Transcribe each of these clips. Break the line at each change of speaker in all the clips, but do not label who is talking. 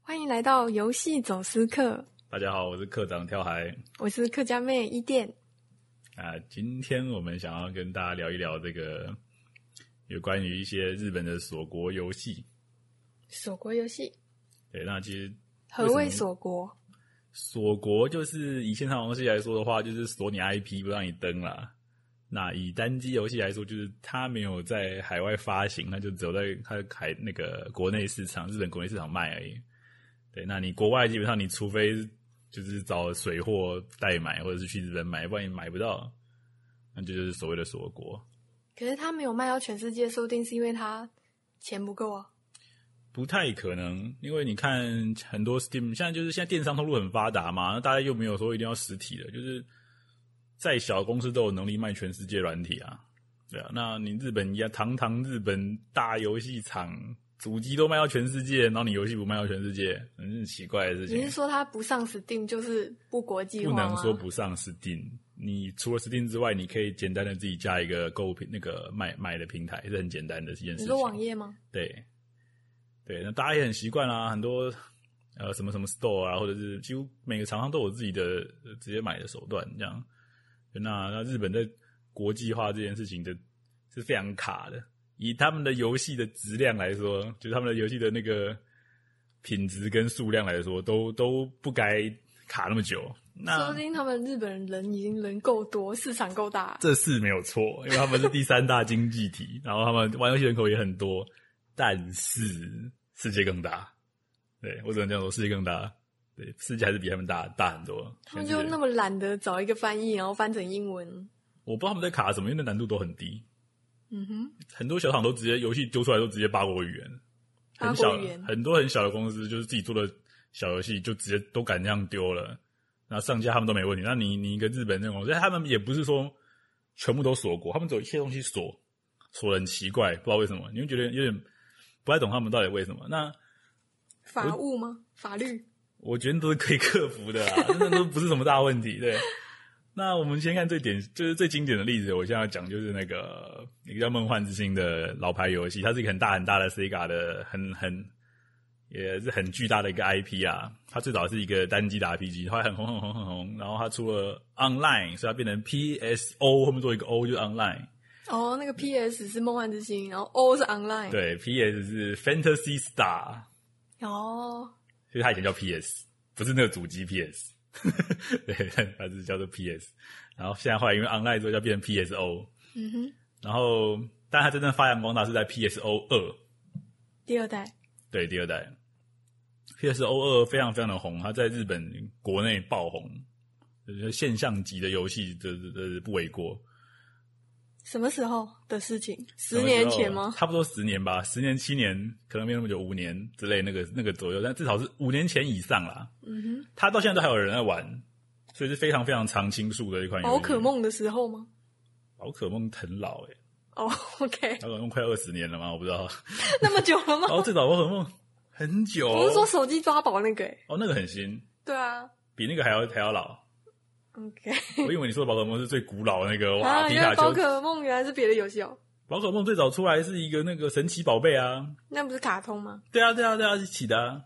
欢迎来到游戏走私客，
大家好，我是课长跳海
我是客家妹伊甸。
啊。今天我们想要跟大家聊一聊这个有关于一些日本的锁国游戏。
锁国游戏，
对，那其实
何
为
谓
什么
锁国？
锁国就是以线上游戏来说的话，就是锁你 IP 不让你登啦。那以单机游戏来说，就是它没有在海外发行，那就只有在它的海那个国内市场，日本国内市场卖而已。对，那你国外基本上你除非就是找水货代买，或者是去日本买，不然你买不到。那这就是所谓的锁国。
可是他没有卖到全世界，说不定是因为他钱不够啊。
不太可能，因为你看很多 Steam 现在就是现在电商通路很发达嘛，那大家又没有说一定要实体的，就是再小公司都有能力卖全世界软体啊，对啊，那你日本呀，堂堂日本大游戏厂，主机都卖到全世界，然后你游戏不卖到全世界，很是奇怪的事
你
情
是。啊说他不上 Steam 就是不国际
不
化吗？
能说不上 Steam，你除了 Steam 之外，你可以简单的自己加一个购物平那个卖卖的平台，是很简单的一件事
你
情。
说网页吗？
对，对，那大家也很习惯啊啦，很多呃什么什么 store 啊，或者是几乎每个厂商都有自己的呃直接买的手段，这样。那那日本在国际化这件事情的是非常卡的，以他们的游戏的质量来说，就是他们的游戏的那个品质跟数量来说，都都不该卡那么久。
说
那
不定他们日本人已经人够多，市场够大。
这是没有错，因为他们是第三大经济体， 然后他们玩游戏人口也很多，但是世界更大。对我只能这样说，世界更大，对，世界还是比他们大大很多。
他们
全
就
世界
那么懒得找一个翻译，然后翻成英文。
我不知道他们在卡什么，因为那难度都很低，
嗯哼，
很多小厂都直接游戏丢出来都直接八国语言，
八
很
国
小
语言
很多很小的公司就是自己做的小游戏就直接都敢这样丢了，那上架他们都没问题。那你你一个日本那种，我觉得他们也不是说全部都锁国，他们只有一些东西锁锁的很奇怪，不知道为什么，你会觉得有点不太懂他们到底为什么。那
法务吗？法律？
我觉得都是可以克服的啦，那都不是什么大问题。对，那我们先看最典，就是最经典的例子，我现在要讲就是那个一个叫《梦幻之星》的老牌游戏，它是一个很大很大的 Sega 的，很很也是很巨大的一个 IP 啊。它最早是一个单机的 RPG，后来很红很红很红，然后它出了 Online，所以它变成 PSO 后面做一个 O 就是 Online。
哦，那个 PS 是梦幻之星，然后 O 是 Online。。
对，PS 是 Fantasy Star，
哦，
所以它以前叫 PS，不是那个主机 PS，对，它是叫做 PS。然后现在后来因为 online 之后，就变成 PSO。
嗯哼，
然后，但它真正发扬光大是在 PSO 二，
第二代。
对，第二代 PSO 二非常非常的红，它在日本国内爆红，就是现象级的游戏，这这这不为过。
什么时候的事情？十
啊
年前吗？
差不多十年吧，十年、七年，可能没有那么久，五年之类那个那个左右，但至少是五年前以上啦。
嗯
它到现在都还有人在玩，所以是非常非常常青树的一款
哼，
游戏。
宝可，梦的时候吗？
宝可梦很老欸诶、
哦、o k
宝可梦快二十年了吗？我不知道。
那么久了吗？
然后最早宝可梦很久，
我是说手机抓宝那个、欸，
哦，那个很新，
对啊
比那个还要还要老。
，OK。
我以为你说的宝可梦是最古老的那个，哇，
啊，
皮
原
卡
来宝
丘。
可梦原来是别的游戏哦，
宝可梦最早出来是一个那个神奇宝贝啊，
那不是卡通吗？
对啊，对啊，对啊，一起的、啊。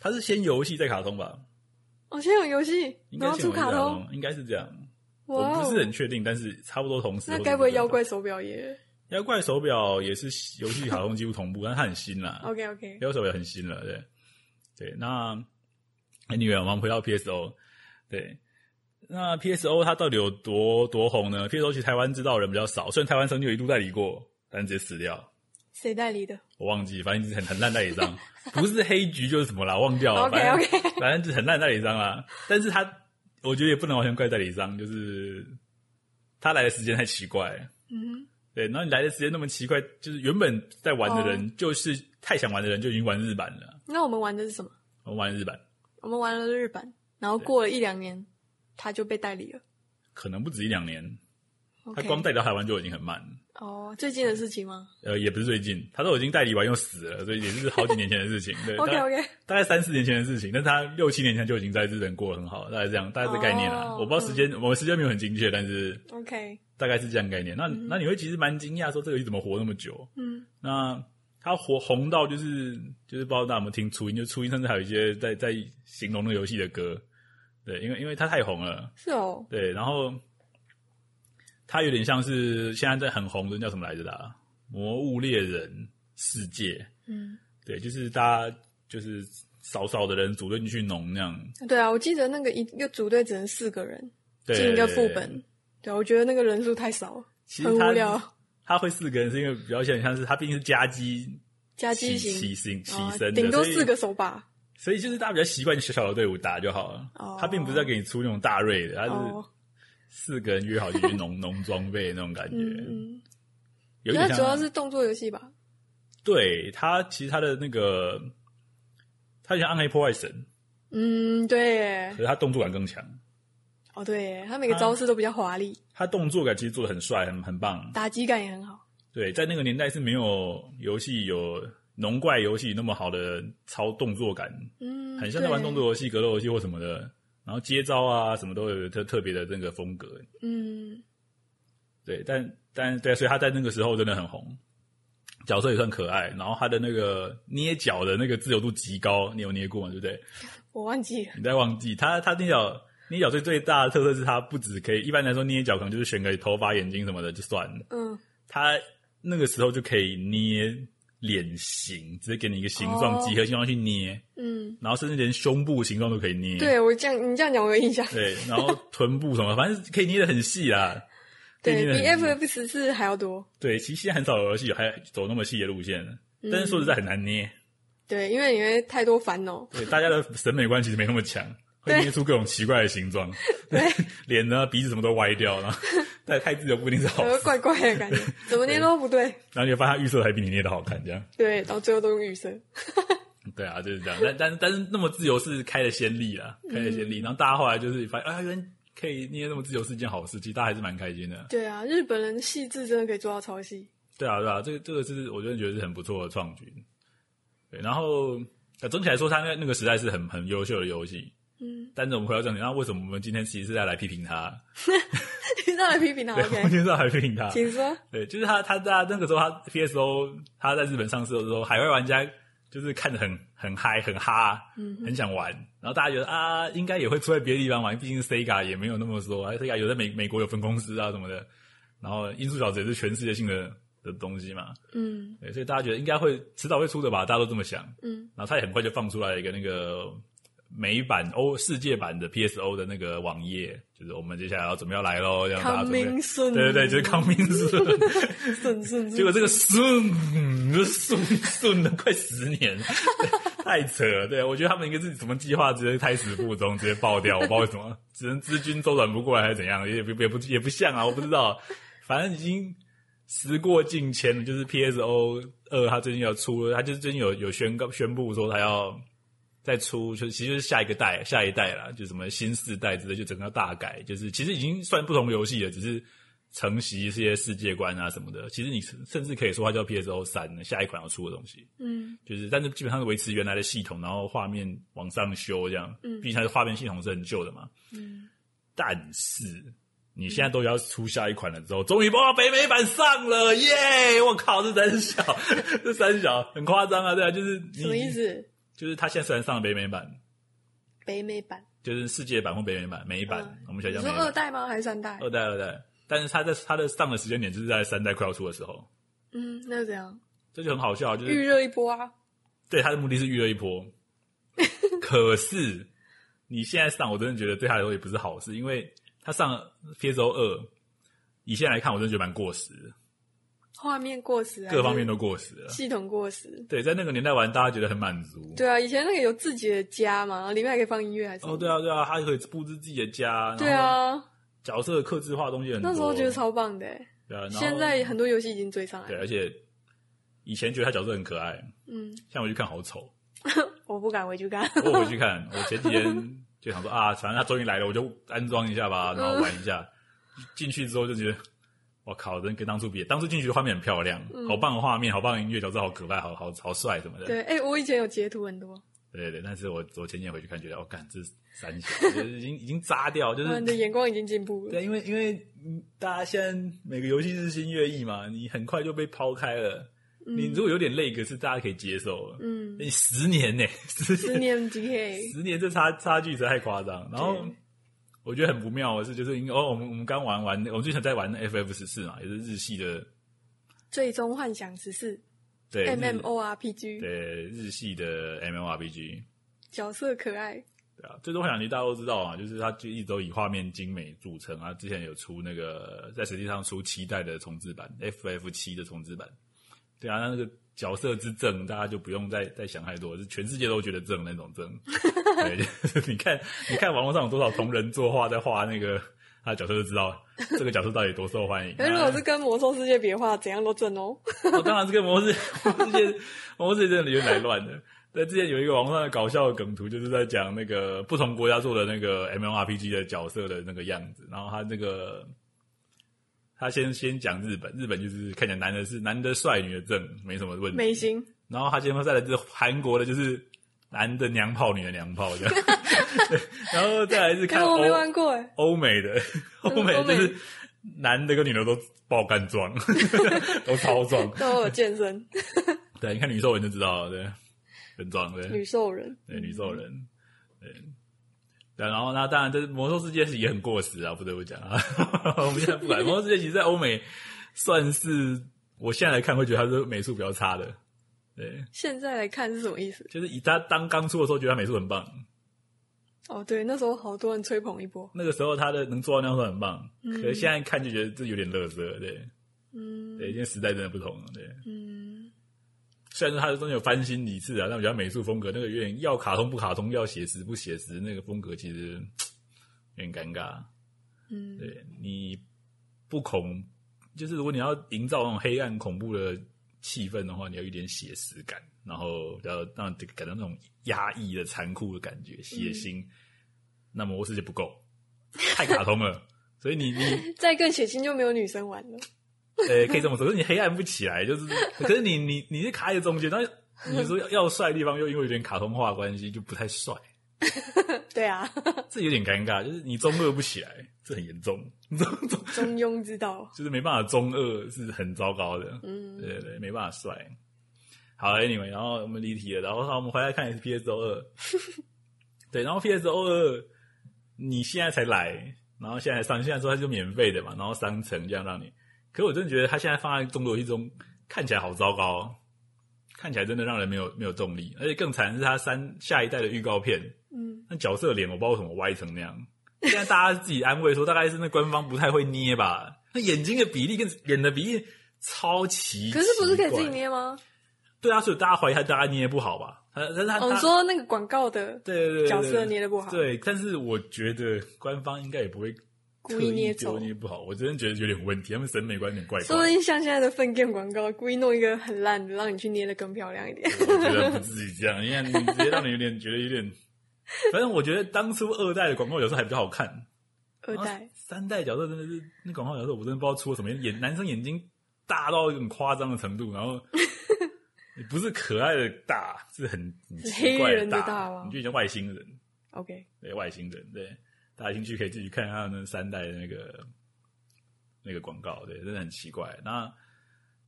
它是先游戏再卡通吧？
哦，先有游戏，
应该
然后
先游
出
戏再
卡
卡
通，，
应该是这样。
哇
我
哦
不是很确定，但是差不多同时。
那该不会妖怪？手表也
妖怪手表也是游戏卡通几乎同步，但它很新啦。
？OK OK，
标手也很新了，对对。那 anyway，我们回到 PSO，对，那 PSO 它到底有多多红呢？PSO 其实台湾知道的人比较少，虽然台湾曾经有一度代理过，但直接死掉，
谁代理的
我忘记，反正就是很很烂代理商， 不是黑局就是什么啦，忘掉了。
？OK
哦反正
OK，
反正就是很烂代理商啦。但是他，我觉得也不能完全怪代理商，就是他来的时间太奇怪了。
嗯
对，然后你来的时间那么奇怪，就是原本在玩的人，
哦
就是太想玩的人就已经玩日版了
哼，，那我们玩的是什么？
我玩日版
我们玩了日版，然后过了一两年，它就被代理了。
可能不止一两年，他
OK，
光代理到台湾就已经很慢了。
哦，最近的事情吗
呃，也不是最近，他都已经代理完又死了，所以也是好几年前的事情。对大
？OK
概
OK，
大概三四年前的事情，但是他六七年前就已经在日本过得很好了，大概这样，大概这概念啦。
哦
我不知道时间，我时间没有很精确，但是
OK，嗯
大概是这样概念。那、那你会其实蛮惊讶，说这个游戏怎么活那么久？
嗯
那它火红到就是就是不知道大家有没有听初音，就初音甚至还有一些在在形容那个游戏的歌，对，因为因为它太红了，
是哦，
对，然后它有点像是现在在很红的叫什么来着的、啊《魔物猎人世界》，
嗯，
对，就是大家就是少少的人组队进去农那样，
对啊，我记得那个一一个组队只能四个人
对
进一个副本，对，我觉得那个人数太少了，
其实
很
它
无聊。
他会四个人是因为比较像像是他毕竟是夹击
加机
起
型
起行起
哦
身的，
顶多
所以
四个手把
所以就是大家比较习惯小小的队伍打就好了。
哦
他并不是在给你出那种大瑞的，他是
哦，
四个人约好就去 农农装备那种感觉，
嗯嗯，
有
它
点像。啊
主要是动作游戏吧？
对他其实他的那个，他很像暗黑破坏神，
嗯，对耶
可，是他动作感更强，
哦对耶，他每个招式都比较华丽，
他动作感其实做的很帅，很很棒。
打击感也很好。
对，在那个年代是没有游戏有农怪游戏那么好的超动作感，
嗯，
很像在玩动
对
作。游戏、格斗游戏或什么的。然后接招啊，什么都有特特别的那个风格，
嗯，
对，但但对，所以他在那个时候真的很红，角色也算可爱，然后他的那个捏脚的那个自由度极高，你有捏过吗？对不对？
我忘记了。
你在忘记他他捏脚捏脚最最大的特色是他不止可以，一般来说捏脚可能就是选个头发、眼睛什么的就算了，
嗯，
他那个时候就可以捏脸型，直接给你一个形状，
哦
几何形状去捏，
嗯，
然后甚至连胸部形状都可以捏，
对我这样你这样讲我有印象。
对，然后臀部什么，反正可以捏的很细啦。可以
对
捏得
比
很细
FF 十四还要多。
对，其实现在很少有游戏还走那么细的路线了，
嗯
但是说实在很难捏。
对，因为你会太多烦恼。
对，大家的审美观其实没那么强，
嗯
会
对
捏出各种奇怪的形状，
对，
脸呢、鼻子什么都歪掉，然后 太太自由不一定是 好
有个
事。
怪怪的感觉， 怎么捏都不对。
然后你会发现他预设还比你捏的好看，这样。
对，到最后都用预设。
对啊，就是这样。但但但是那么自由是开了先例啊，开了先例。然后大家后来就是发现，啊，原来可以捏那么自由是一件好事，其实大家还是蛮开心的。
对啊，日本人细致真的可以做到超细。
对啊，对啊，这个这个是我真的觉得是很不错的创举。对，然后呃总体来说，他那那个时代是很很优秀的游戏。
嗯，
但是我们回到正题，那为什么我们今天其实是在来批评他？
你上来批评他
对，我们
哦，OK？
今天是来批评他。
请说。
对，就是他，他在那个时候，他 PSO 他在日本上市的时候，海外玩家就是看着很很嗨、很哈，
嗯哼
很想玩。然后大家觉得啊，应该也会出在别的地方玩，毕竟 Sega 也没有那么说啊，Sega 有在美美国有分公司啊什么的。然后音速小子也是全世界性的的东西嘛，
嗯
对，所以大家觉得应该会迟早会出的吧，大家都这么想。
嗯
然后他也很快就放出来一个那个美版欧世界版的 PSO 的那个网页，就是我们接下来要准备要来喽，这样大家准备。
嗯，Coming soon。
对对对，就是康明顺，
顺顺
结果这个顺嗯就顺顺了快十年，对太扯了。对啊我觉得他们应该是什么计划直接胎死腹中，直接爆掉，我不知道为什么，只能资金周转不过来还是怎样，也不也不也不像啊，我不知道，反正已经时过境迁了。就是 PSO 二，它最近要出了，它就是最近有有宣告宣布说它要再出，就其实就是下一个代下一代啦，就什么新世代之类，就整个要大改，就是其实已经算不同游戏了，只是承袭一些世界观啊什么的。其实你甚至可以说它叫 PSO 三，下一款要出的东西，
嗯
就是但是基本上是维持原来的系统，然后画面往上修这样，
嗯
毕竟它的画面系统是很旧的嘛。
嗯，
但是你现在都要出下一款了之后，终于哇北美版上了耶！我靠，这三小这三小很夸张啊，对啊，就是你
什么意？思？
就是它现在虽然上了北美版，
北美版。
就是世界版或北美版、美版，
嗯
我们
你
想叫美
说二
版
代吗？还是三代？
二代二代，但是它在它的上的时间点就是在三代快要出的时候，
嗯，那是怎样？
这就很好笑，就是
预热一波啊。
对他的目的是预热 一波。可是你现在上，我真的觉得对他来说也不是好事，因为他上 PSO 二，以现在来看，我真的觉得蛮过时的，
画面过时，
各方面都过时了
啊还是。系统过时。
对，在那个年代玩，大家觉得很满足。
对啊，以前那个有自己的家嘛，里面还可以放音乐，还是什么
哦，对啊，对啊，他可以布置自己的家，
对，啊，
角色克制化的东西很多。
那时候觉得超棒的欸。
对啊，然后
现在很多游戏已经追上来
对，
了。
而且以前觉得他角色很可爱，
嗯，
现在我去看好丑。
我不敢回去看。
我回去看，我前几天就想说啊，反正他终于来了，我就安装一下吧，然后玩一下。进去之后就觉得，我靠，真跟当初比，当初进去的画面很漂亮，好棒的画面，好棒的音乐，角色好可爱，好好好帅什么的。
对，哎、我以前有截图很多，
对对对，但是我我前几天回去看，觉得我哦干、这三小，就是已经已经渣掉，就
哇，你的
是。
眼光已经进步了。
对，因为因为嗯大家现在每个游戏日新月异嘛，你很快就被抛开了。你如果有点累，可是大家可以接受了。
嗯，
你哎十年呢、十年
思念 GK，
十年这差差距实在太夸张。然后
对
我觉得很不妙的是，就是因为哦，我们我们刚玩完，我们最想在玩 FF 十四嘛，也是日系的，
最终幻想十四
对日
MMORPG，
对日系的 MMORPG，
角色可爱，
对啊，最终幻想局大家都知道啊，就是它就一直都以画面精美著称啊。之前有出那个在实际上出七代的重置版，FF 七的重置版，对啊，那那个角色之正，大家就不用再再想太多，是全世界都觉得正那种 正。对， 就是你看你看网络上有多少同人作画在画那个他的角色，就知道这个角色到底多受欢迎。
可 是如果是跟魔兽世界比的话，怎样都正哦。
我当然是跟魔世魔世界魔世界真的有点来乱的。在之前有一个网上的搞笑的梗图，就是在讲那个不同国家做的那个 MMORPG 的角色的那个样子。然后他那个他先先讲日本，日本就是看起来男的是男的帅，女的正，没什么问题。
美型，
然后他先再来就是韩国的，就是男的娘炮，女的娘炮 这样。对然后再来是
可
看哦
是我
欧
没玩过哎，
欧美的，欧美的就
欧
是
美
男的跟女的都爆干壮， 都超壮。
都有健身
对，你看女兽人就知道了，对，很壮，对，
女兽人，
对，女兽人，对，对，然后那当然，这魔兽世界是也很过时啊，不得不讲啊， 我们现在不管魔兽世界，其实在欧美算是我现在来看会觉得它是美术比较差的，对，
现在来看是什么意思？
就是以它当刚出的时候，觉得它美术很棒，
哦，对，那时候好多人吹捧一波，
那个时候它的能做到那样算很棒，
嗯
可是现在看就觉得这有点乐色，对，
嗯
对，因为时代真的不同了，对。
嗯，
虽然说它中间有翻新几次啊，但我觉得美术风格那个有点要卡通不卡通，要写实不写实，那个风格其实有点尴尬。
嗯，
对，你不恐，就是如果你要营造那种黑暗恐怖的气氛的话，你要有一点写实感，然后要让这个感到那种压抑的残酷的感觉，血腥。那魔世界不够，太卡通了，所以你你
再更血腥就没有女生玩了。
呃，可以这么说，可是你黑暗不起来，就是，可是你你你是卡在中间，但是你说要要帅的地方又因为有点卡通化的关系就不太帅，
对啊，
这有点尴尬，就是你中二不起来，这很严重，中中
中庸之道，
就是没办法中二是很糟糕的，
嗯，
对对对，没办法帅。好，anyway，然后我们离题了，然后我们回来看 PSO 二，对，然后 PSO 二你现在才来，然后现在上现在说它就免费的嘛，然后商城这样让你，可我真的觉得它现在放在众多游戏中看起来好糟糕、哦，看起来真的让人没有没有动力，而且更惨的是它三下一代的预告片，
嗯，
那角色脸我不知道为什么歪成那样。现在大家自己安慰说，大概是那官方不太会捏吧？那眼睛的比例跟脸的比例超奇，
可是不是可以自己
奇怪？
捏吗？
对啊，所以大家怀疑他大家捏不好吧？他但是他
哦，
啊他
你说那个广告的
对对对对
角色捏的不好，
对，但是我觉得官方应该也不会
故意捏走
刻丢捏不好。我真的觉得有点问题，他们审美观有点怪
说不
怪。
定像现在的粪便广告，故意弄一个很烂的，让你去捏的更漂亮一点。
我觉得不自己这样，因为你直接让你有点觉得有点。反正我觉得当初二代的广告角色还比较好看，
二
然后
代，
三代角色真的是那广告角色，我真的不知道出了什么眼，男生眼睛大到一种夸张的程度，然后不是可爱的大，是很很
是
奇怪
黑人的
大，
大吗
你就像外星人，
OK，
对外星人，对，大家有兴趣可以自己看一下那三代的那个那个广告，对，真的很奇怪。那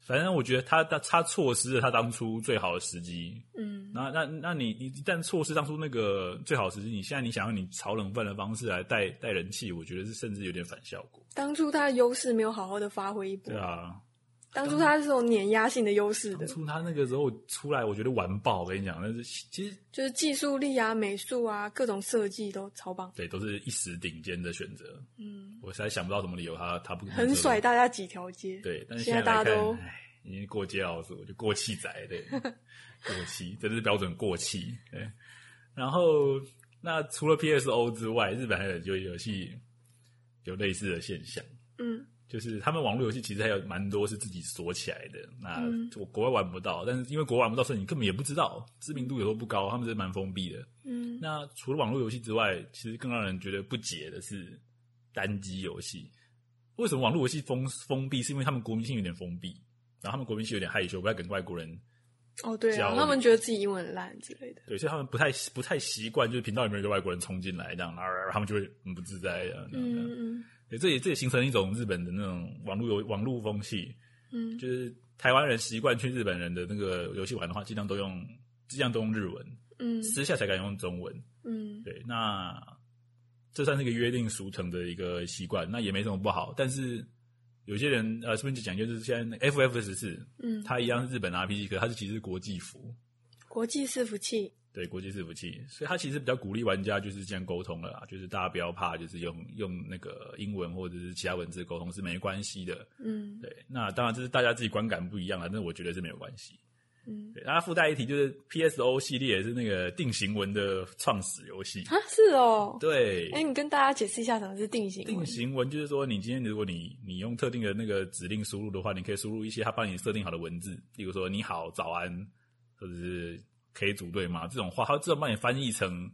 反正我觉得他他他错失了他当初最好的时机，
嗯，
那那那你你一旦错失当初那个最好的时机，你现在你想用你炒冷饭的方式来带带人气，我觉得是甚至有点反效果。
当初他的优势没有好好的发挥一波
对，啊，
当初他是有碾压性的优势
当
的，
初他那个时候出来，我觉得完爆。我跟你讲，但是其实
就是技术力啊、美术啊、各种设计都超棒，
对，都是一时顶尖的选择。
嗯，
我实在想不到什么理由他他不
很甩
大。
大家几条街，
对，但是
现
在
在大
来
家
看，
都
唉已经过街老鼠，我就过气仔，对，过气，真的是标准过气。对，然后那除了 PSO 之外，日本还有就游戏有类似的现象。
嗯，
就是他们网络游戏其实还有蛮多是自己锁起来的，那
嗯
我国外玩不到，但是因为国外玩不到，所以你根本也不知道，知名度有时候不高，他们是蛮封闭的。
嗯，
那除了网络游戏之外，其实更让人觉得不解的是单机游戏。为什么网络游戏封封闭？是因为他们国民性有点封闭，然后他们国民性有点害羞，不太跟外国人
哦对
交
啊，
流
他们觉得自己英文很烂之类的，
对，所以他们不太不太习惯，就是频道里面有一个外国人冲进来这样，然后他们就会很不自在这样。这样这样
嗯嗯
对这也这也形成一种日本的那种网络游网络风气，
嗯，
就是台湾人习惯去日本人的那个游戏玩的话，尽量都用尽量都用日文，
嗯
私下才敢用中文。
嗯
对，那这算是一个约定俗成的一个习惯，那也没什么不好。但是有些人呃，顺便就讲，就是现在 F F 十四，
嗯，
它一样是日本 R P G，可它是其实是国际服，
国际伺服器，
对国际伺服器，所以它其实比较鼓励玩家就是这样沟通了啦，就是大家不要怕，就是用用那个英文或者是其他文字沟通是没关系的。
嗯
对，那当然这是大家自己观感不一样了，但是我觉得是没有关系。
嗯
对，然后它附带一提就是 PSO 系列是那个定型文的创始游戏，
啊，是哦。
对，
哎，你跟大家解释一下什么是定型
定
文
型文就是说，你今天如果你你用特定的那个指令输入的话，你可以输入一些他帮你设定好的文字，例如说“你好”“早安”或者是“可以组队吗”这种话，他自动帮你翻译成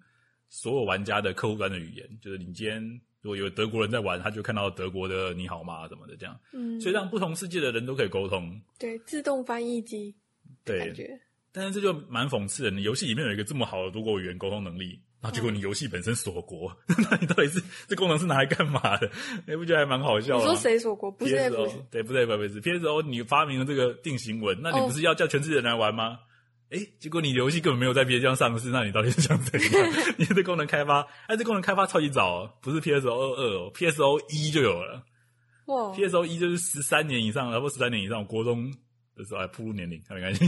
所有玩家的客户端的语言。就是你今天如果有德国人在玩，他就看到德国的“你好吗”什么的这样，
嗯，
所以让不同世界的人都可以沟通。
对自动翻译机的感
对，
觉，
但是这就蛮讽刺的，你游戏里面有一个这么好的多国语言沟通能
嗯
力，然后结果你游戏本身锁国， 那你到底是这功能是拿来干嘛的？ 你不觉得还蛮好笑
你
的吗？
说谁锁国？不是 F，
PSO 对，不是 F 不是 PSO，你发明了这个定型文，那你
哦
不是要叫全世界人来玩吗？诶，结果你游戏根本没有在 PS 上上市，那你到底是想怎样？ 你这功能开发，哎，这功能开发超级早、哦，不是 PSO 二二、哦、，PSO 一就有了。
哇，
PSO 一就是十三年以上，然后十三年以上，我国中的时候哎，铺路年龄，没关系。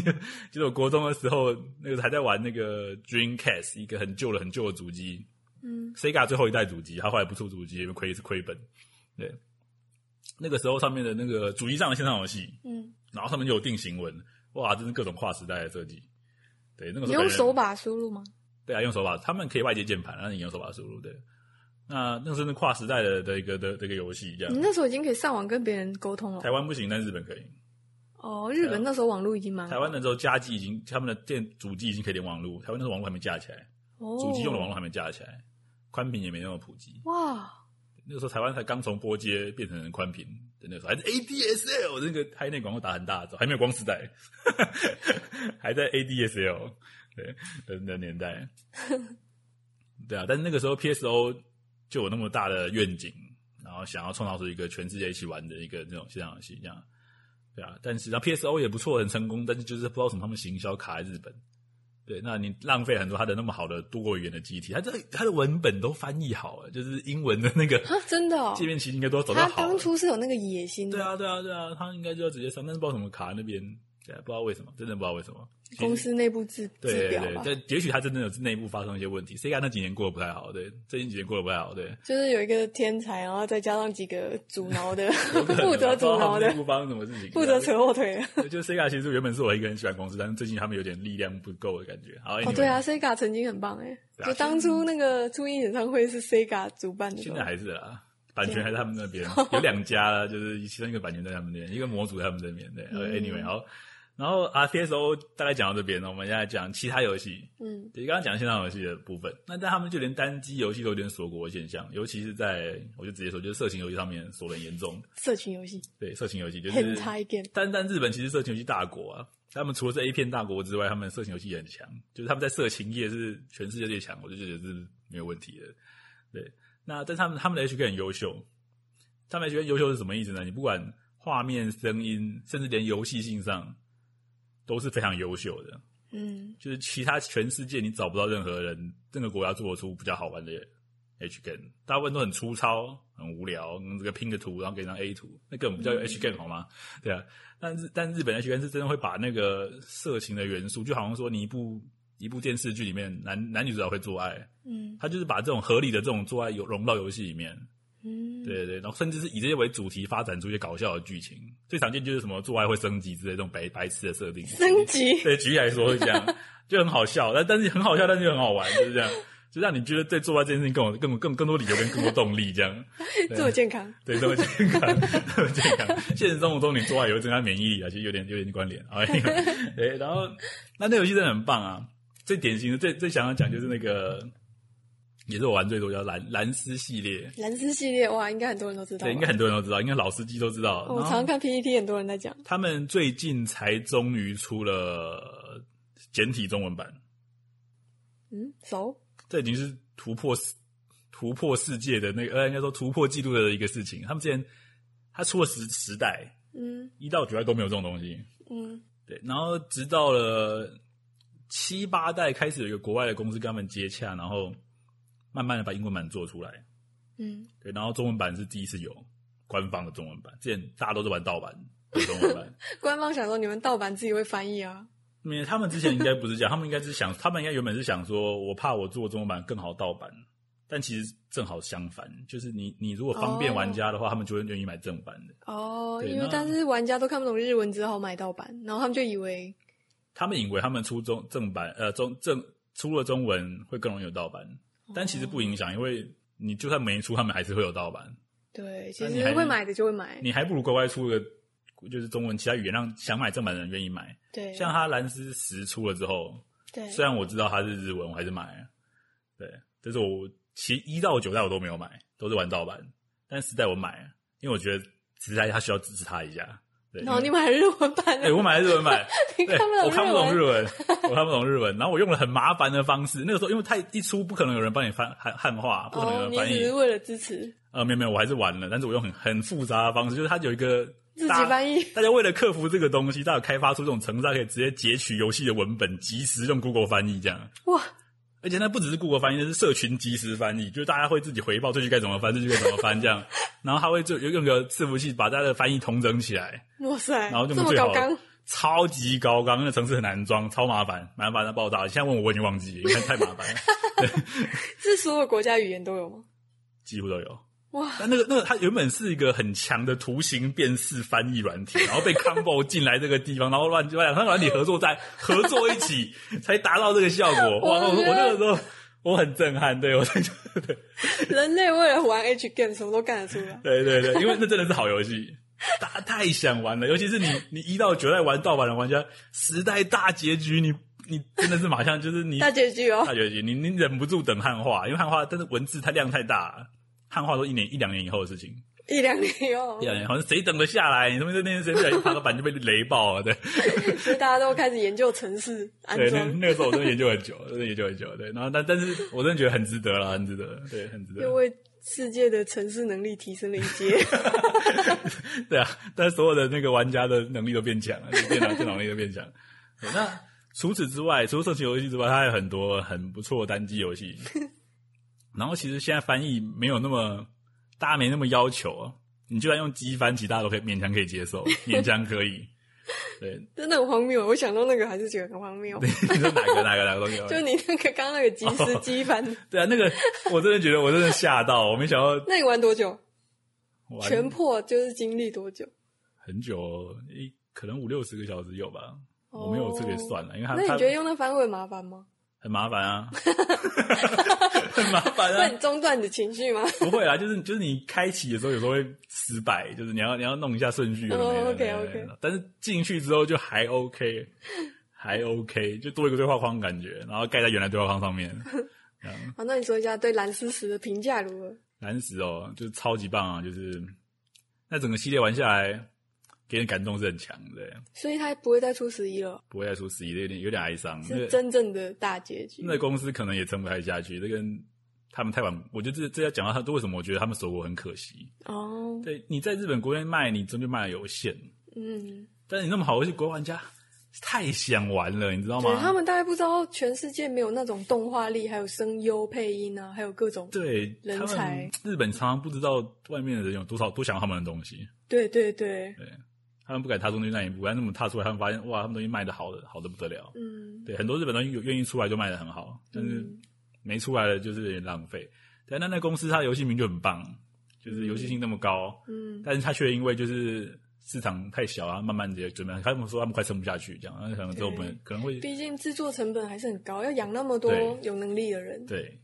就是我国中的时候，那个还 在玩那个 Dreamcast，一个很旧的、很旧的主机，
嗯
Sega 最后一代主机，它后来不出主机，因为亏是亏本。对，那个时候上面的那个主机上的线上游戏，
嗯，
然后上面就有定型文，哇，真是各种跨时代的设计。对，那个
你
时
用
候感觉
手把输入吗？
对啊，用手把，他们可以外接键盘，然后你用手把输入。对，那那个是跨时代的的一个的的一个游戏，这
你
样。
那时候已经可以上网跟别人沟通了
啊台。湾不行，但日本可以。
哦，日本那时候网络已经蛮
台湾那时候家机已经，他们的电主机已经可以连网络，台湾那时候网络还没架起来，
哦，
主机用的网络还没架起来，宽频也没那么普及。
哇，
那个时候台湾才刚从波接变成宽频的那个时候，还是 ADSL 那个海内广告打很大的时候，还没有光时代， 还在 ADSL 对的的年代。 对啊，但是那个时候 PSO 就有那么大的愿景，然后想要创造出一个全世界一起玩的一个那种线上游戏，这样对啊。但是然后 PSO 也不错，很成功，但是就是不知道为什么他们行销卡在日本。对，那你浪费很多他的那么好的多国语言的机体，他这他的文本都翻译好了，就是英文的那个
啊，真的哦
界，面其实应该都要找到
他
好
当
了。
初是有那个野心
对
的，
啊，对啊，对啊，他应该就要直接上，但是不知道怎么卡在那边，对啊、不知道为什么，真的不知道为什么。
公司内部制
对
制
对
表
对
吧，，
但也许他真的有内部发生一些问题。Sega 那几年过得不太好，对，最近几年过得不太好，对。
就是有一个天才，然后再加上几个阻挠的，
有可能 啊
负责阻挠
不知道他们内
的，
部发生什么事情，
负责扯后腿的。
对。就 Sega 其实原本是我一个人喜欢公司，但是最近他们有点力量不够的感觉。好，
哦，
anyway，
对啊，Sega 曾经很棒哎，
哎对啊
就当初那个初音演唱会是 Sega 主办的，
现在还是啦，版权还在他们那边，
啊
有两家啦，就是其中一个版权在他们那边，一个模组在他们这边。对、然后
嗯
a n y w a y 好，然后啊 RPSO 大概讲到这边，我们现在讲其他游戏。
嗯
对，刚刚讲线上游戏的部分，那但他们就连单机游戏都有点锁国的现象，尤其是在我就直接说，就是色情游戏上面锁的严重。
社群游戏
对，色情游戏就是
，Hentai Game，
单单日本其实色情游戏大国啊，他们除了是 A 片大国之外，他们色情游戏也很强，就是他们在色情业是全世界最强，我就觉得是没有问题的。对，那但是他们他们的 HK 很优秀，他们 HK 优秀是什么意思呢？你不管画面、声音，甚至连游戏性上都是非常优秀的，
嗯
就是其他全世界你找不到任何人、任何国家做得出比较好玩的 H g a m 大部分都很粗糙、很无聊，嗯这个拼个图，然后给一张 A 图，那根本不叫
嗯
H g a m 好吗？对啊，但日但日本 H g a m 是真的会把那个色情的元素，就好像说你一部一部电视剧里面男男女主角会做爱，
嗯
他就是把这种合理的这种做爱有融到游戏里面，
嗯，
对对对，然后甚至是以这些为主题发展出一些搞笑的剧情，最常见就是什么做爱会升级之类的这种白白痴的设定，
嗯升级，
对，举例来说是 这样，就很好笑，但但是很好笑，但是又很好玩，就是这样，就让你觉得对做爱这件事情更有更更更多理由跟更多动力，这样，
自我健康，
对，啊这么健康，这么健康。现实生活中你做爱也会增加免疫力啊，其实有点有点关联 啊。对，然后那那游戏真的很棒啊，最典型的最最想要讲就是那个，也是我玩最多叫蓝蓝丝系列，
蓝丝系列哇，应该很多人都知道吧，
对，应该很多人都知道，应该老司机都知道。
哦我
然后
常常看 PPT，很多人在讲，
他们最近才终于出了简体中文版。
嗯，熟，
这已经是突破世突破世界的那个，呃，应该说突破纪录的一个事情。他们之前他出了十十代，
嗯
一到九代都没有这种东西，
嗯，
对，然后直到了七八代开始有一个国外的公司跟他们接洽，然后慢慢的把英文版做出来。
嗯，
对，然后中文版是第一次有官方的中文版，之前大家都是玩盗版的中文版。
官方想说你们盗版自己会翻译啊，
没有，他们之前应该不是这样，他们应该是想，他们应该原本是想说，我怕我做中文版更好盗版，但其实正好相反，就是你你如果方便
哦
玩家的话，他们就会愿意买正版的。
哦，
对
因为
那
但是玩家都看不懂日文，只好买盗版，然后他们就以为
他们以为他们出中正版，呃，中正出了中文会更容易有盗版，
哦
但其实不影响，因为你就算没出，他们还是会有盗版。
对，其
那你
实
还
会买的就会买，
你还不如乖乖出个就是中文其他语言，让想买正版的人愿意买。
对，
像他蓝思十出了之后，
对，
虽然我知道它是日文，我还是买了。对，但是我其实一到九代我都没有买，都是玩盗版。但十代我买了，因为我觉得十代它需要支持它一下。对，
然后
因
你
为
买日文版
对、
的，
我买了日文版，
你
对
看不懂，
我看不懂
文
日文，我看不懂日文。然后我用了很麻烦的方式，那个时候因为太一出，不可能有人帮你翻汉汉化，不可能有
哦，
人
你
翻
只
译。
是为了支持
呃，没有没有，我还是玩了，但是我用很很复杂的方式，就是它有一个
自己
大家
翻译
大家为了克服这个东西，大家有开发出这种程式，大家可以直接截取游戏的文本，及时用 Google 翻译这样。
哇，
而且那不只是 Google 翻译，那是社群及时翻译，就是大家会自己回报这句该怎么翻，这句该怎么翻这样。然后他会就用个伺服器把大家的翻译统整起来，
哇塞，
然后就
这么
最
高
好
纲
的，超级高纲，那个程式很难装，超麻烦，麻烦到爆炸。你现在问我，我已经忘记了，因为太麻烦了，
是所有国家语言都有吗？
几乎都有。
哇，
但那个那个，它原本是一个很强的图形辨识翻译软体，然后被 Combo 进来这个地方，然后乱乱两个软体合作在合作一起，才达到这个效果。哇！我我那个时候我很震撼，对我对
人类为了玩 H game 什么都干得出来，
对对对，因为那真的是好游戏，大家太想玩了，尤其是你你一到九代玩盗版的玩家，时代大结局，你你真的是马上就是你
大结局哦
大，结局，你你忍不住等汉化，因为汉化但是文字它量太大了，汉化都一年一两年以后的事情。
一两年哦
一，两年，好像谁等得下来？你他妈那天谁不小心爬个板就被雷爆了，对
所以大家都开始研究城市安
对，那
装。
那个时候我真的研究很久，真的研究很久，对。然后但但是我真的觉得很值得啦，很值得，对，很值
又
得，
为世界的城市能力提升了一阶，
对啊。但是所有的那个玩家的能力都变强了，就电脑电脑能力都变强。对那除此之外，除了射击游戏之外，它还有很多很不错的单机 游戏。然后其实现在翻译没有那么大家没那么要求啊，你就算用机翻，其实大家都可以勉强可以接受，勉强可以。对，
真的很荒谬。我想到那个还是觉得很荒谬，
你说哪个哪个哪个东西？
就你那个刚刚那个即 时机翻，
对啊，那个我真的觉得我真的吓到，我没想到
那你玩多久？
玩
全破就是经历多久？
很久哦，一可能五六十个小时有吧。
哦
我没有这个算了，因为它
那你
它
觉得用那翻会麻烦吗？
很麻烦啊， 很麻烦
会很
啊。
中断你的情绪吗？
不会啊，就是就是你开启的时候有时候会失败，就是你要你要弄一下顺序有的没的
哦，OK，
对对
OK
对但是进去之后就还 OK，还 OK，就多一个对话框感觉，然后盖在原来对话框 上面。嗯
好，那你说一下对蓝思石的评价如何？
蓝石哦，就是超级棒啊，就是那整个系列玩下来，给人感动是很强的。
所以他不会再出十一了，
不会再出十一，有点有点哀伤。那
是
个
真正的大结局。
那个公司可能也撑不太下去，这跟他们太晚，我觉得这这要讲到他为什么我觉得他们锁国很可惜。
哦，
对，你在日本国内卖，你终究卖的有限，
嗯，
但你那么好游戏，国外玩家太想玩了，你知道
对他
吗？
们大概不知道全世界没有那种动画力，还有声优配音啊，还有各种。
对，
人
他们
才
日本常常不知道外面的人有多少多想要他们的东西，
对对对，
他们不敢踏出那一步，但是我们踏出来，他们发现哇，他们东西卖的好的好的不得了。
嗯，
对，很多日本东西有愿意出来就卖的很好，但是
嗯
没出来的就是有点浪费。但那那公司它的游戏名就很棒，就是游戏性那么高，
嗯，
但是它却因为就是市场太小啊，慢慢直接准备，他们说他们快撑不下去，这样，那可能之后不能
对
可能会
毕竟制作成本还是很高，要养那么多
对
有能力的人。
对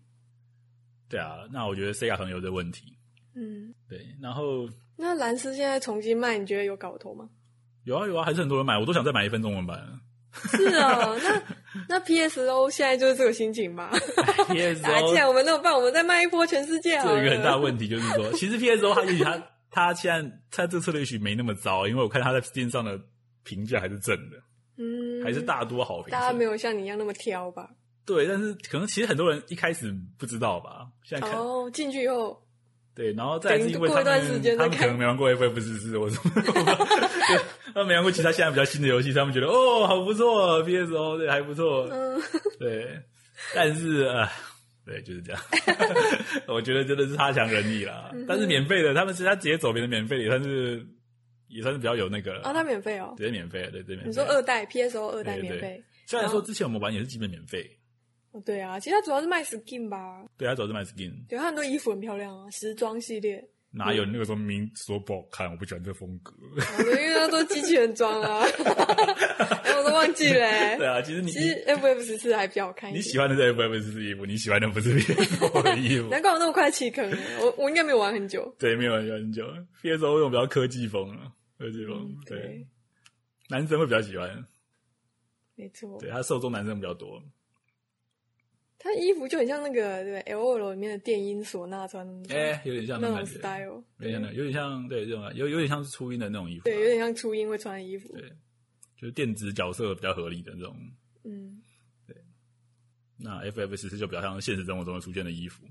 对啊。那我觉得 Sega 可能有这个问题，
嗯，
对。然后
那蓝斯现在重新卖，你觉得有搞头 吗？
有啊有啊，还是很多人买，我都想再买一份中文版。
是
啊
哦，那 那 PSO 现在就是这个心情吧？ 啊，既
PSO
然我们那么棒，我们再卖一波全世界好
这有一个很大
了。
问题，就是说，其实 PSO 它也许它它现在它这个策略也许没那么糟，啊因为我看它在 Steam 上的评价还是正的，
嗯，
还是大多好评。
大家没有像你一样那么挑吧？
对，但是可能其实很多人一开始不知道吧，现在看、
哦哦，进去以后
对，然后再是因为
等过
他
一段时
们
间
他
再
们可能
看
没玩过 F F 四四，我说 他们没玩过其他现在比较新的游戏，他们觉得哦好不错，P S O 对还不错，
嗯，
对，但是呃，对就是这样， 我觉得真的是差强人意
嗯
啦。但是免费的，他们是他直接走别的免费的，也算是也算是比较有那个了
哦，它免费哦。
直接免费呃的，对，直接免费。
你说二代 PSO 二代
对
免
对
费？
虽然说之前我们玩也是基本免费，
哦，对啊，其实它主要是卖 skin 吧，
对他走是卖 skin，
对，它很多衣服很漂亮啊，时装系列，
哪
嗯
有那个时候明明说不好看，我不喜欢这风格。
哦对因为它都机器人装 啊，哎，我都忘记了欸。
对啊，其实你
其实 FF 十四还比较好看一
你
点。
喜欢的是 F F 四衣服，你喜欢的不是 P S O 的 衣服。
难怪我那么快弃坑了，我我应该没有玩很久。
对，没有人喜欢很久。P S O 用比较科技风了，科技风、
嗯，
对，
对，
男生会比较喜欢，
没错
对，他受众男生比较多。
他衣服就很像那个对 L O L 里面的电音唢呐穿的
哎、有点像那
那
种感
种
觉，
style，
有点像那，有点像对这种啊，有有点像是初音的那种衣服啊、
对，有点像初音会穿的衣服。
对就是电子角色比较合理的这种。
嗯，
那 F F 十四就比较像现实生活中会出现的衣服，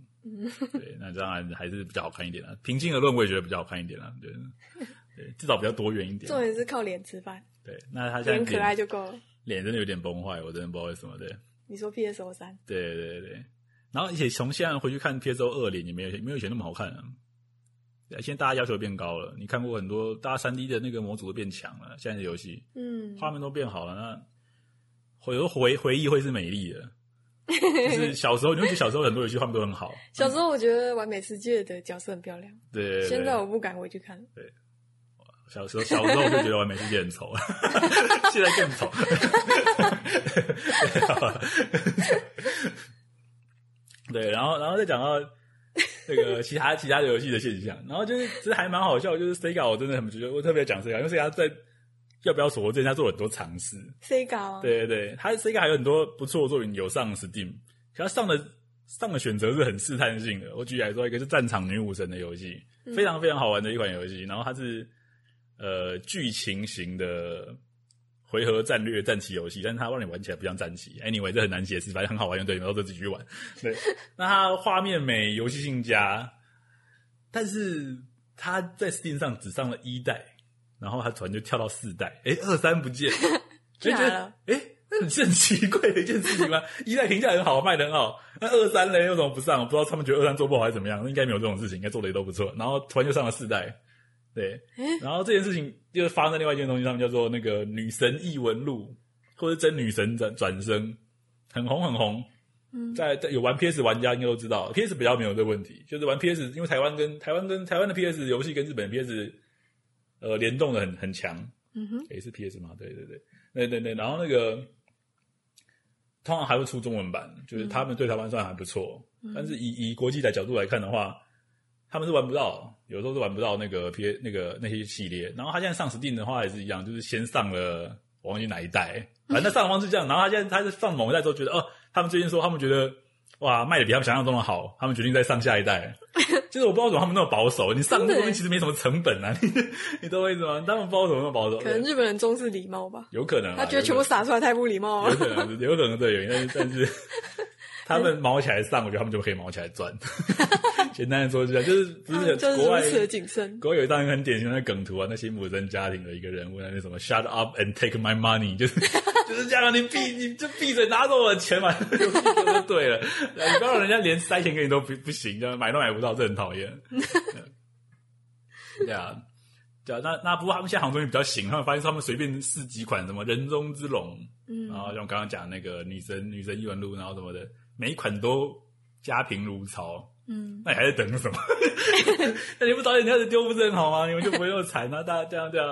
对，那当然还是比较好看一点啦。啊平静而论，我也觉得比较好看一点啦，对，对，至少比较多元 一点。
重点是靠脸吃饭，
对，那他现
脸
在
可爱
脸
就够了。
脸真的有点崩坏，我真的不知道为什么，对，
你说 P S O 三，
对对对。然后，而且从现在回去看 PSO 二脸也没有没有以前那么好看了、对现在大家要求变高了，你看过很多，大家三 D 的那个模组都变强了，现在的游戏
嗯，
画面都变好了，那回回回忆会是美丽的。 就是小时候，你会觉得小时候很多游戏画面都很好，嗯
小时候我觉得《完美世界》的角色很漂亮，
对对对
现在我不敢回去看。
小时候小时候我就觉得完美世界很丑， 现在更丑。 对，然后然后再讲到那个其他其他的游戏的现象，然后就是其实还蛮好笑，就是 Sega 我真的很觉得我特别讲 Sega，因为 Sega 在要不要锁国之前，他做了很多尝试。
Sega 啊，
对对对，他 Sega 还有很多不错的作品有上 Steam，可他上的上的选择是很试探性的。我举例来说，一个是《战场女武神》的游戏，非常非常好玩的一款游戏。然后它是呃剧情型的回合战略战棋游戏，但是它让你玩起来不像战棋。Anyway，这很难解释，反正很好玩，用对，然后就自己去玩。对，那它画面美，游戏性佳，但是它在 Steam 上只上了一代，然后它突然就跳到四代，哎，二三不见，
去
就
哪
觉得
了
哎。那很是很奇怪的一件事情吗？ 一代评价很好，卖的很好，那二三嘞为什么不上？我不知道他们觉得二三做不好还是怎么样，应该没有这种事情，应该做的也都不错。然后突然就上了四代，对，然后这件事情就是发生在另外一件东西上面，叫做那个《女神异闻录》，或者《真女神转转生》，很红很红。
嗯
在在有玩 PS 玩家应该都知道，PS 比较没有这个问题，就是玩 PS，因为台湾跟台湾跟台湾的 PS 游戏跟日本的 PS，呃，联动的很很强，
嗯哼，
也是 PS 嘛，对对对，对对对，然后那个通常还会出中文版，就是他们对台湾算还不错，
嗯
但是以以国际的角度来看的话，他们是玩不到，有时候是玩不到那个 P 那个那些系列。然后他现在上 Steam 的话也是一样，就是先上了我忘记哪一代，反正他上的方式这样。然后他现在他是上某一代之后觉得哦，他们最近说他们觉得哇卖的比他们想象中的好，他们决定再上下 一代。就是我不知道为什么他们那么保守，你上这个东西其实没什么成本啊，你你懂我意思吗？他们不知道为什么那么保守，
可能
对
日本人重视礼貌吧，
有可能啊
他觉得全部撒出来太不礼貌啊
有
了。
可能，有可能这个原因，但是 但是他们毛起来上，我觉得他们就可以毛起来赚。 简单的说是这样，就是不
他们
是
就是
国
如
外
此的谨慎，
国外有一张很典型的梗图啊，那些母生家庭的一个人物，那是什么 “shut up and take my money”，就是 就是这样啊，你闭你就闭嘴，拿走我的钱嘛，就就对了，你不要让人家连塞钱给你都不不行，这样买都买不到，这很讨厌。 对啊，对啊，那那不过他们现在好像东西比较行，他们发现他们随便试几款什么人中之龙，
嗯
然后像我刚刚讲那个女神女神异闻录，然后什么的，每一款都家贫如潮。
嗯，
那你还在等什么？ 那你不早点开始丢不是很好吗？你们就不会那么惨啊！大家这样这样，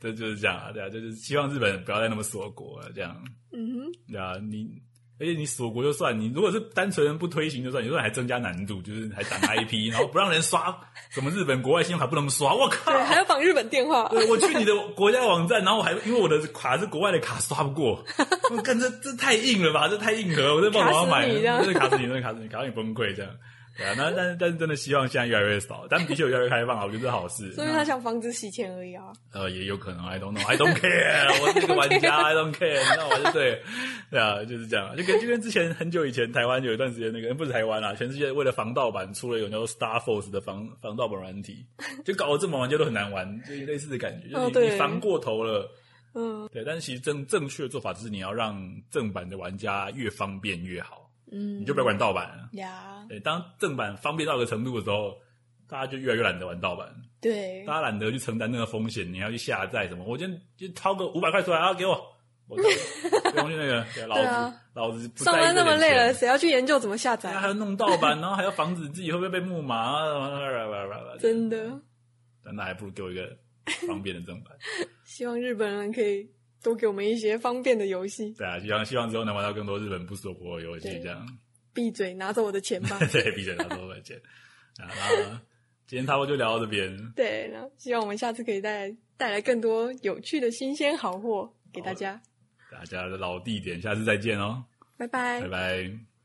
这就是这样啊，对啊，就是希望日本不要再那么锁国啊了，这样
嗯哼，
对啊，你。而且你锁国就算，你如果是单纯不推行就算，你说还增加难度，就是还挡 IP，然后不让人刷什么日本国外信用卡不能刷，我靠！
对，还要绑日本电话，
啊对，我去你的国家网站，然后我还因为我的卡是国外的卡，刷不 过，我干这这太硬了吧，这太硬核，我这不知道怎么买，
卡死你这样
真的卡死你，真的卡死你，卡到你崩溃这样。对啊，那但是但是真的希望现在越来越少，但的确有越来越开放啊，我觉得是好事。
所以他想防止洗钱而已啊。
呃，也有可能，I don't know，I don't care，我是个玩家，I don't care，你知道我就对，对啊，就是这样，就跟就跟之前很久以前台湾有一段时间那个不是台湾啦、全世界为了防盗版出了有那种 Star Force 的防防盗版软体，就搞得这么玩家都很难玩，就类似的感觉，就是
哦
你,、
对
你防过头了。
嗯
对，但是其实正正确的做法就是你要让正版的玩家越方便越好，
嗯，
你就不要管盗版了。
呀，
对，当正版方便到一个程度的时候，大家就越来越懒得玩盗版，
对
大，家懒得去承担那个风险，你要去下载什么，我今天就掏个五百块出来啊，给我， 我不用去那个，对老
对
子、
啊
老子不在
上
意
班那
这
么
点
累
钱啊
了，谁要去研究怎么下载
还？要弄盗版，然后还要防止自己会不会被木马啊，
真的，
那还不如给我一个方便的正版。
希望日本人可以多给我们一些方便的游戏。
对啊，希望希望之后能玩到更多日本不锁国的游戏，
对
这样。。
闭嘴，拿走我的钱 吧
对，闭嘴，拿多块钱。啊，那今天差不多就聊到这边。
对，那希望我们下次可以带来带来更多有趣的新鲜好货给大家。
大家的老地点，下次再见哦，
拜拜
拜。拜。